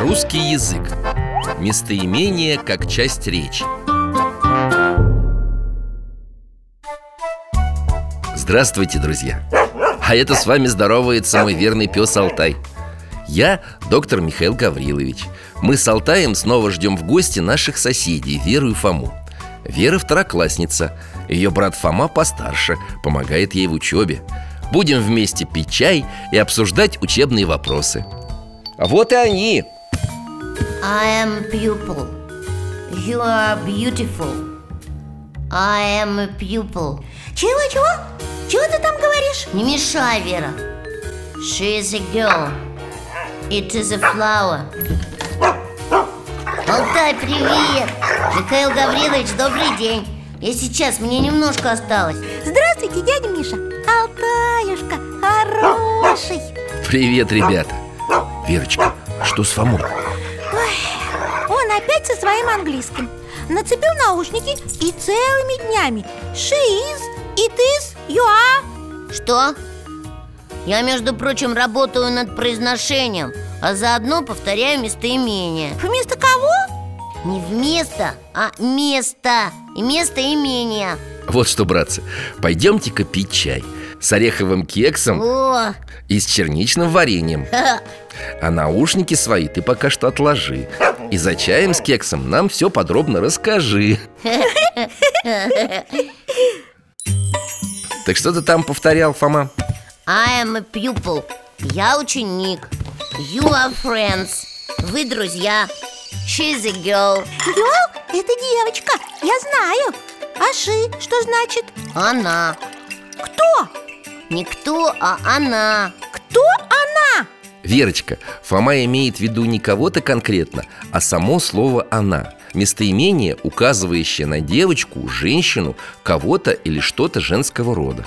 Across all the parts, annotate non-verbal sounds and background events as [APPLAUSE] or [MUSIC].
Русский язык. Местоимение как часть речи. Здравствуйте, друзья! А это с вами здоровается мой верный пес Алтай. Я доктор Михаил Гаврилович. Мы с Алтаем снова ждем в гости наших соседей Веру и Фому. Вера второклассница. Ее брат Фома постарше, помогает ей в учебе. Будем вместе пить чай и обсуждать учебные вопросы. А вот и они! I am pupil. You are beautiful. I am a pupil. Чего, чего? Чего ты там говоришь? Не мешай, Вера. She is a girl. It is a flower. Алтай, привет! Михаил Гаврилович, добрый день. Я сейчас, мне немножко осталось. Здравствуйте, дядя Миша Алтаюшка, хороший Привет, ребята! Верочка, что с Фомой? Ой, он опять со своим английским Нацепил наушники и целыми днями She is, it is, you are Что? Я, между прочим, работаю над произношением, а заодно повторяю местоимение. Вместо кого? Не вместо, а место. И местоимение. Вот что, братцы, пойдемте-ка пить чай С ореховым кексом О, [LAUGHS] и с черничным вареньем А наушники свои ты пока что отложи И за чаем с кексом нам все подробно расскажи Так что ты там повторял, Фома? I am a pupil Я ученик You are friends Вы друзья She's a girl Girl – это девочка, я знаю А she что значит? Она Кто? Не кто, а она Кто она? Верочка, Фома имеет в виду не кого-то конкретно, а само слово «она» Местоимение, указывающее на девочку, женщину, кого-то или что-то женского рода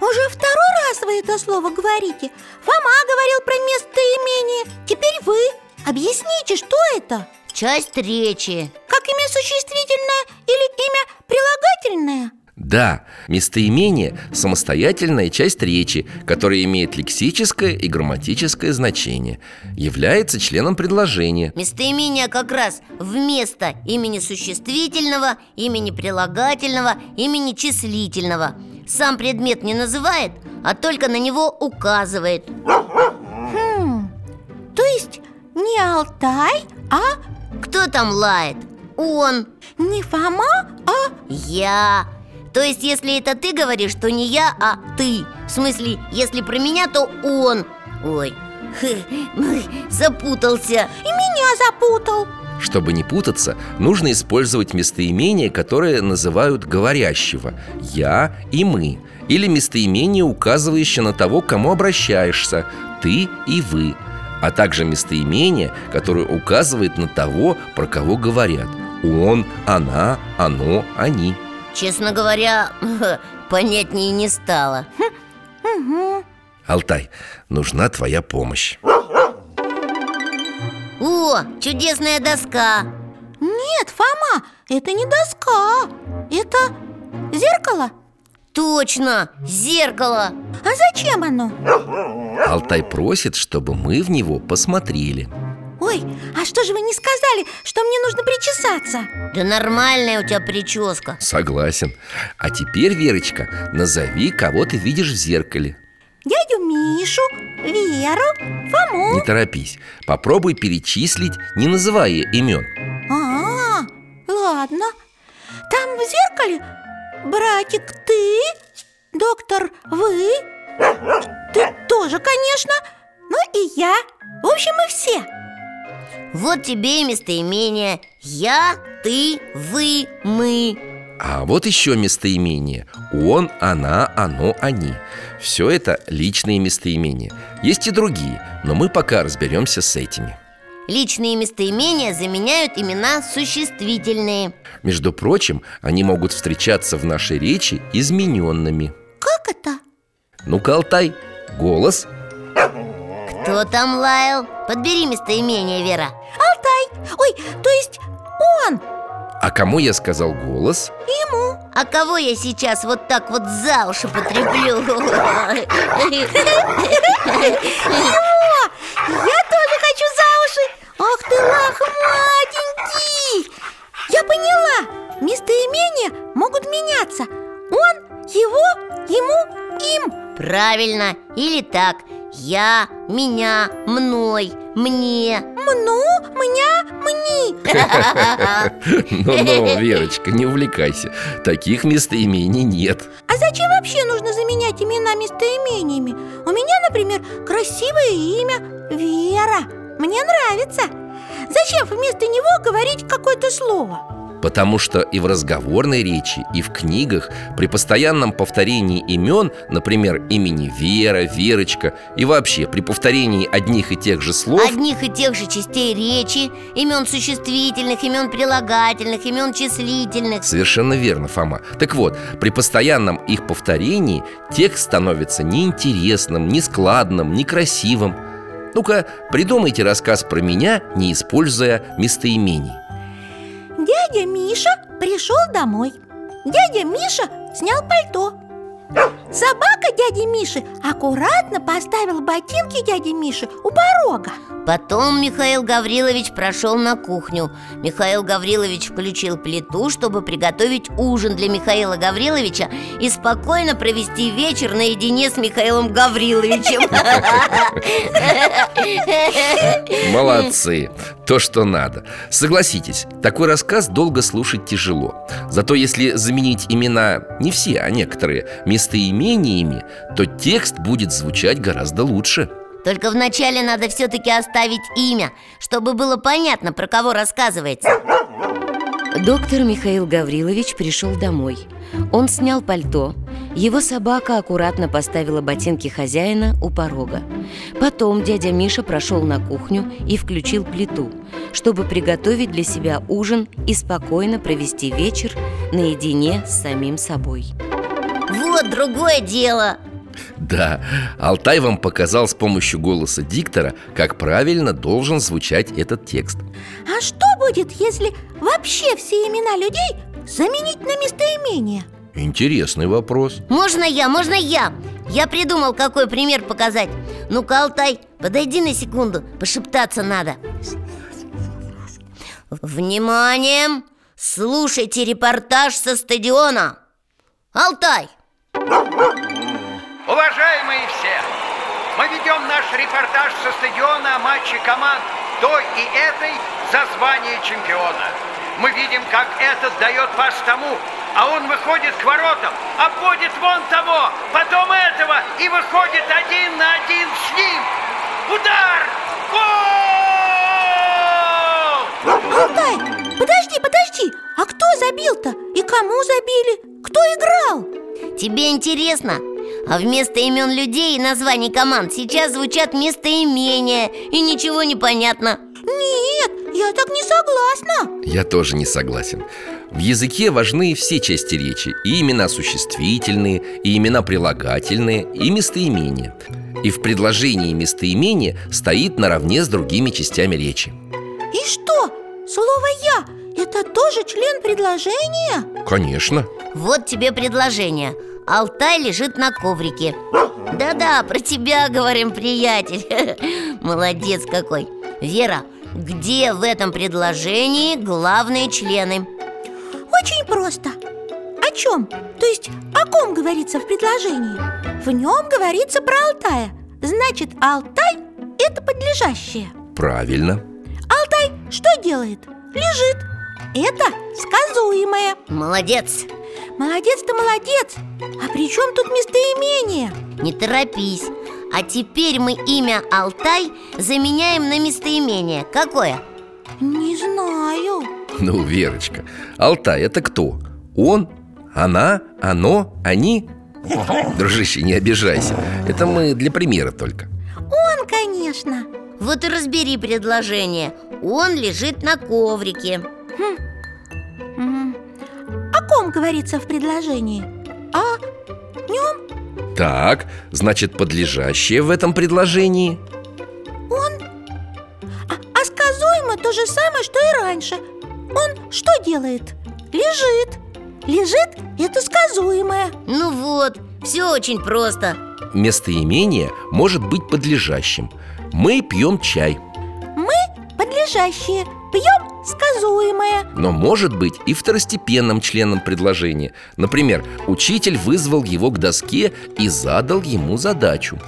Уже второй раз вы это слово говорите Фома говорил про местоимение Теперь вы Объясните, что это? Часть речи Как имя существительное или имя прилагательное? Да, местоимение – самостоятельная часть речи, которая имеет лексическое и грамматическое значение Является членом предложения Местоимение как раз вместо имени существительного, имени прилагательного, имени числительного Сам предмет не называет, а только на него указывает Хм, то есть не Алтай, а Кто там лает? Он не Фома, а... Я То есть, если это ты говоришь, то не я, а ты В смысле, если про меня, то он Ой, [LAUGHS] ну, запутался И меня запутал Чтобы не путаться, нужно использовать местоимение, которое называют говорящего «я» и «мы» Или местоимение, указывающее на того, к кому обращаешься «ты» и «вы» А также местоимение, которое указывает на того, про кого говорят «он», «она», «оно», «они» Честно говоря, [LAUGHS] понятнее не стало Мгм. Алтай, нужна твоя помощь О, чудесная доска Нет, Фома, это не доска Это зеркало? Точно, зеркало А зачем оно? Алтай просит, чтобы мы в него посмотрели Ой, а что же вы не сказали, что мне нужно причесаться? Да нормальная у тебя прическа Согласен А теперь, Верочка, назови, кого ты видишь в зеркале Дядю Мишу, Веру, Не Фому торопись, попробуй перечислить, не называя имен А, ладно Там в зеркале братик ты, доктор вы Ты тоже, конечно, ну и я В общем, мы все Вот тебе и местоимение Я, ты, вы, мы А вот еще местоимение Он, она, оно, они Все это личные местоимения Есть и другие, но мы пока разберемся с этими Личные местоимения заменяют имена существительные Между прочим, они могут встречаться в нашей речи измененными Как это? Ну-ка, Алтай, голос Кто там лаял? Подбери местоимение, Вера Алтай! Ой, то есть он! А кому я сказал голос? [LAUGHS] Ему! А кого я сейчас вот так вот за уши потреплю? Его! Я тоже хочу за уши! Ах ты лохматенький! Я поняла! Местоимения могут меняться Он, его, ему, им Правильно, или так Я, меня, мной, мне Мну, меня, мни Ну-ну, Верочка, не увлекайся Таких местоимений нет А зачем вообще нужно заменять имена местоимениями? У меня, например, красивое имя Вера. Мне нравится. Зачем вместо него говорить какое-то слово? Потому что и в разговорной речи, и в книгах при постоянном повторении имен, например, имени Вера, Верочка, и вообще при повторении одних и тех же слов, Одних и тех же частей речи Имен существительных, имен прилагательных, имен числительных совершенно верно, Фома. Так вот, при постоянном их повторении текст становится неинтересным, нескладным, некрасивым. Ну-ка, придумайте рассказ про меня, не используя местоимений. Дядя Миша пришел домой. Дядя Миша снял пальто. Собака дяди Миши аккуратно поставила ботинки дяди Миши у порога. Потом Михаил Гаврилович прошел на кухню Михаил Гаврилович включил плиту, чтобы приготовить ужин для Михаила Гавриловича И спокойно провести вечер наедине с Михаилом Гавриловичем Молодцы, то, что надо Согласитесь, такой рассказ долго слушать тяжело Зато если заменить имена, не все, а некоторые, местоимениями То текст будет звучать гораздо лучше Только вначале надо все-таки оставить имя, чтобы было понятно, про кого рассказывается Доктор Михаил Гаврилович пришел домой. Он снял пальто. Его собака аккуратно поставила ботинки хозяина у порога. Потом дядя Миша прошел на кухню и включил плиту, чтобы приготовить для себя ужин и спокойно провести вечер наедине с самим собой. Вот другое дело Да, Алтай вам показал с помощью голоса диктора Как правильно должен звучать этот текст А что будет, если вообще все имена людей заменить на местоимения? Интересный вопрос Можно я, можно я? Я придумал, какой пример показать Ну-ка, Алтай, подойди на секунду, пошептаться надо Внимание! Слушайте репортаж со стадиона Алтай! Уважаемые все, мы ведем наш репортаж со стадиона о матче команд той и этой за звание чемпиона. Мы видим, как этот дает пас тому, а он выходит к воротам, обводит вон того, потом этого и выходит один на один с ним. Удар! Гол! Алтай, подожди, подожди А кто забил-то? И кому забили? Кто играл? Тебе интересно? А вместо имен людей и названий команд сейчас звучат местоимения И ничего не понятно Нет, я так не согласна Я тоже не согласен. В языке важны все части речи И имена существительные, и имена прилагательные, и местоимения И в предложении местоимение стоит наравне с другими частями речи И что? Слово «я» – это тоже член предложения? Конечно Вот тебе предложение Алтай лежит на коврике Да-да, про тебя говорим, приятель [LAUGHS] Молодец какой Вера, где в этом предложении главные члены? Очень просто О чем? То есть о ком говорится в предложении? В нем говорится про Алтая Значит, Алтай – это подлежащее Правильно Алтай что делает? Лежит Это сказуемое Молодец Молодец ты молодец! А при чем тут местоимение? Не торопись А теперь мы имя Алтай заменяем на местоимение Какое? Не знаю Ну, Верочка, Алтай это кто? Он, она, оно, они Дружище, не обижайся Это мы для примера только Он, конечно Вот и разбери предложение Он лежит на коврике М. О ком говорится в предложении? О нем Так, значит, подлежащее в этом предложении он а, а сказуемо то же самое, что и раньше Он что делает? Лежит Лежит – это сказуемое Ну вот, все очень просто Местоимение может быть подлежащим Мы пьем чай Мы, подлежащие, пьем сказуемое но может быть и второстепенным членом предложения. Например, учитель вызвал его к доске и задал ему задачу.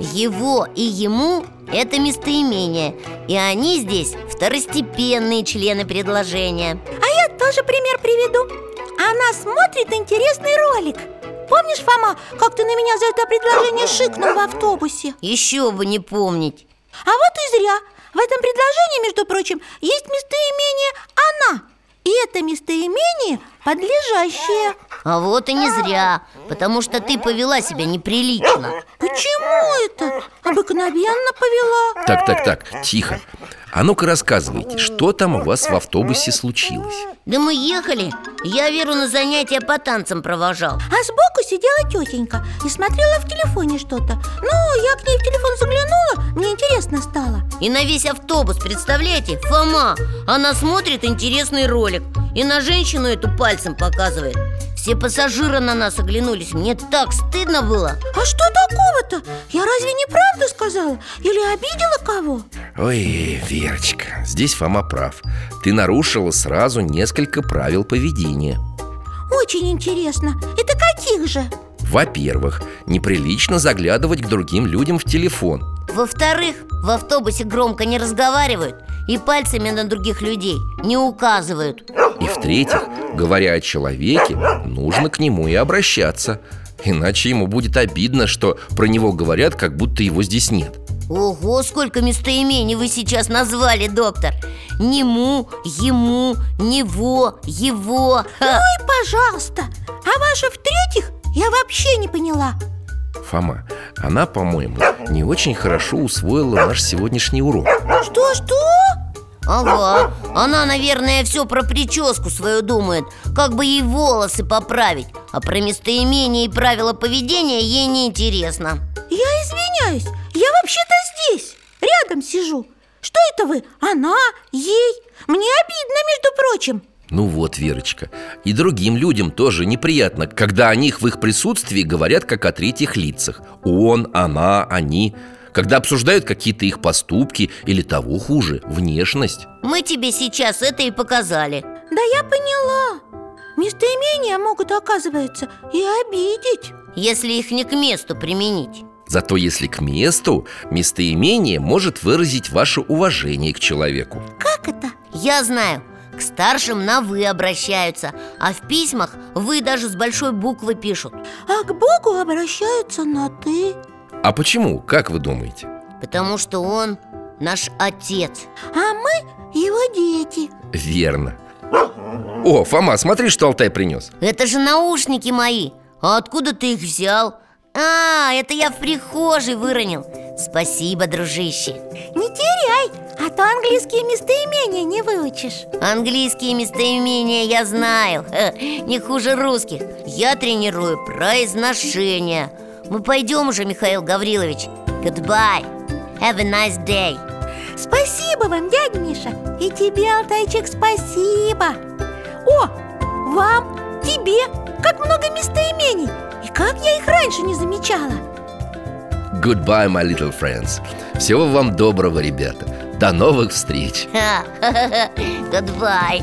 Его и ему – это местоимение И они здесь второстепенные члены предложения А я тоже пример приведу Она смотрит интересный ролик Помнишь, Фома, как ты на меня за это предложение шикнул в автобусе? Еще бы не помнить А вот и зря. В этом предложении, между прочим, есть местоимение «она». И это местоимение подлежащее. А вот и не зря Потому что ты повела себя неприлично Почему это? Обыкновенно повела. Так, так, так, тихо. А ну-ка рассказывайте, что там у вас в автобусе случилось? Да мы ехали Я Веру на занятия по танцам провожал А сбоку сидела тетенька и смотрела в телефоне что-то. Ну, я к ней в телефон заглянула, мне интересно стало. И на весь автобус, представляете? Фома, она смотрит интересный ролик И на женщину эту пальцем показывает Все пассажиры на нас оглянулись Мне так стыдно было А что такого-то? Я разве не правду сказала? Или обидела кого? Ой, Верочка, здесь Фома прав. Ты нарушила сразу несколько правил поведения. Очень интересно. Это каких же? Во-первых, неприлично заглядывать к другим людям в телефон. Во-вторых, в автобусе громко не разговаривают И пальцами на других людей не указывают И в-третьих, говоря о человеке, нужно к нему и обращаться. Иначе ему будет обидно, что про него говорят, как будто его здесь нет. Ого, сколько местоимений вы сейчас назвали, доктор Нему, ему, него, его Ха. Ой, пожалуйста. А ваше в-третьих я вообще не поняла. Фома, она, по-моему, не очень хорошо усвоила наш сегодняшний урок. Что-что? Ага, она, наверное, все про прическу свою думает Как бы ей волосы поправить А про местоимение и правила поведения ей не интересно Я извиняюсь, я вообще-то здесь, рядом сижу Что это вы? Она, ей Мне обидно, между прочим Ну вот, Верочка, и другим людям тоже неприятно, когда о них в их присутствии говорят как о третьих лицах. Он, она, они. Когда обсуждают какие-то их поступки или того хуже, внешность. Мы тебе сейчас это и показали Да я поняла Местоимения могут, оказывается, и обидеть Если их не к месту применить Зато если к месту, местоимение может выразить ваше уважение к человеку. Как это? Я знаю, к старшим на «вы» обращаются А в письмах «вы» даже с большой буквы пишут А к Богу обращаются на «ты» А почему, как вы думаете? Потому что он наш отец А мы его дети Верно. О, Фома, смотри, что Алтай принес. Это же наушники мои А откуда ты их взял? А, это я в прихожей выронил Спасибо, дружище Не теряй, а то английские местоимения не выучишь Английские местоимения я знаю Ха, Не хуже русских Я тренирую произношение Мы пойдем уже, Михаил Гаврилович Goodbye Have a nice day Спасибо вам, дядя Миша И тебе, Алтайчик, спасибо О, вам, тебе Как много местоимений И как я их раньше не замечала Goodbye, my little friends. Всего вам доброго, ребята. До новых встреч. Ха, ха-ха-ха. Goodbye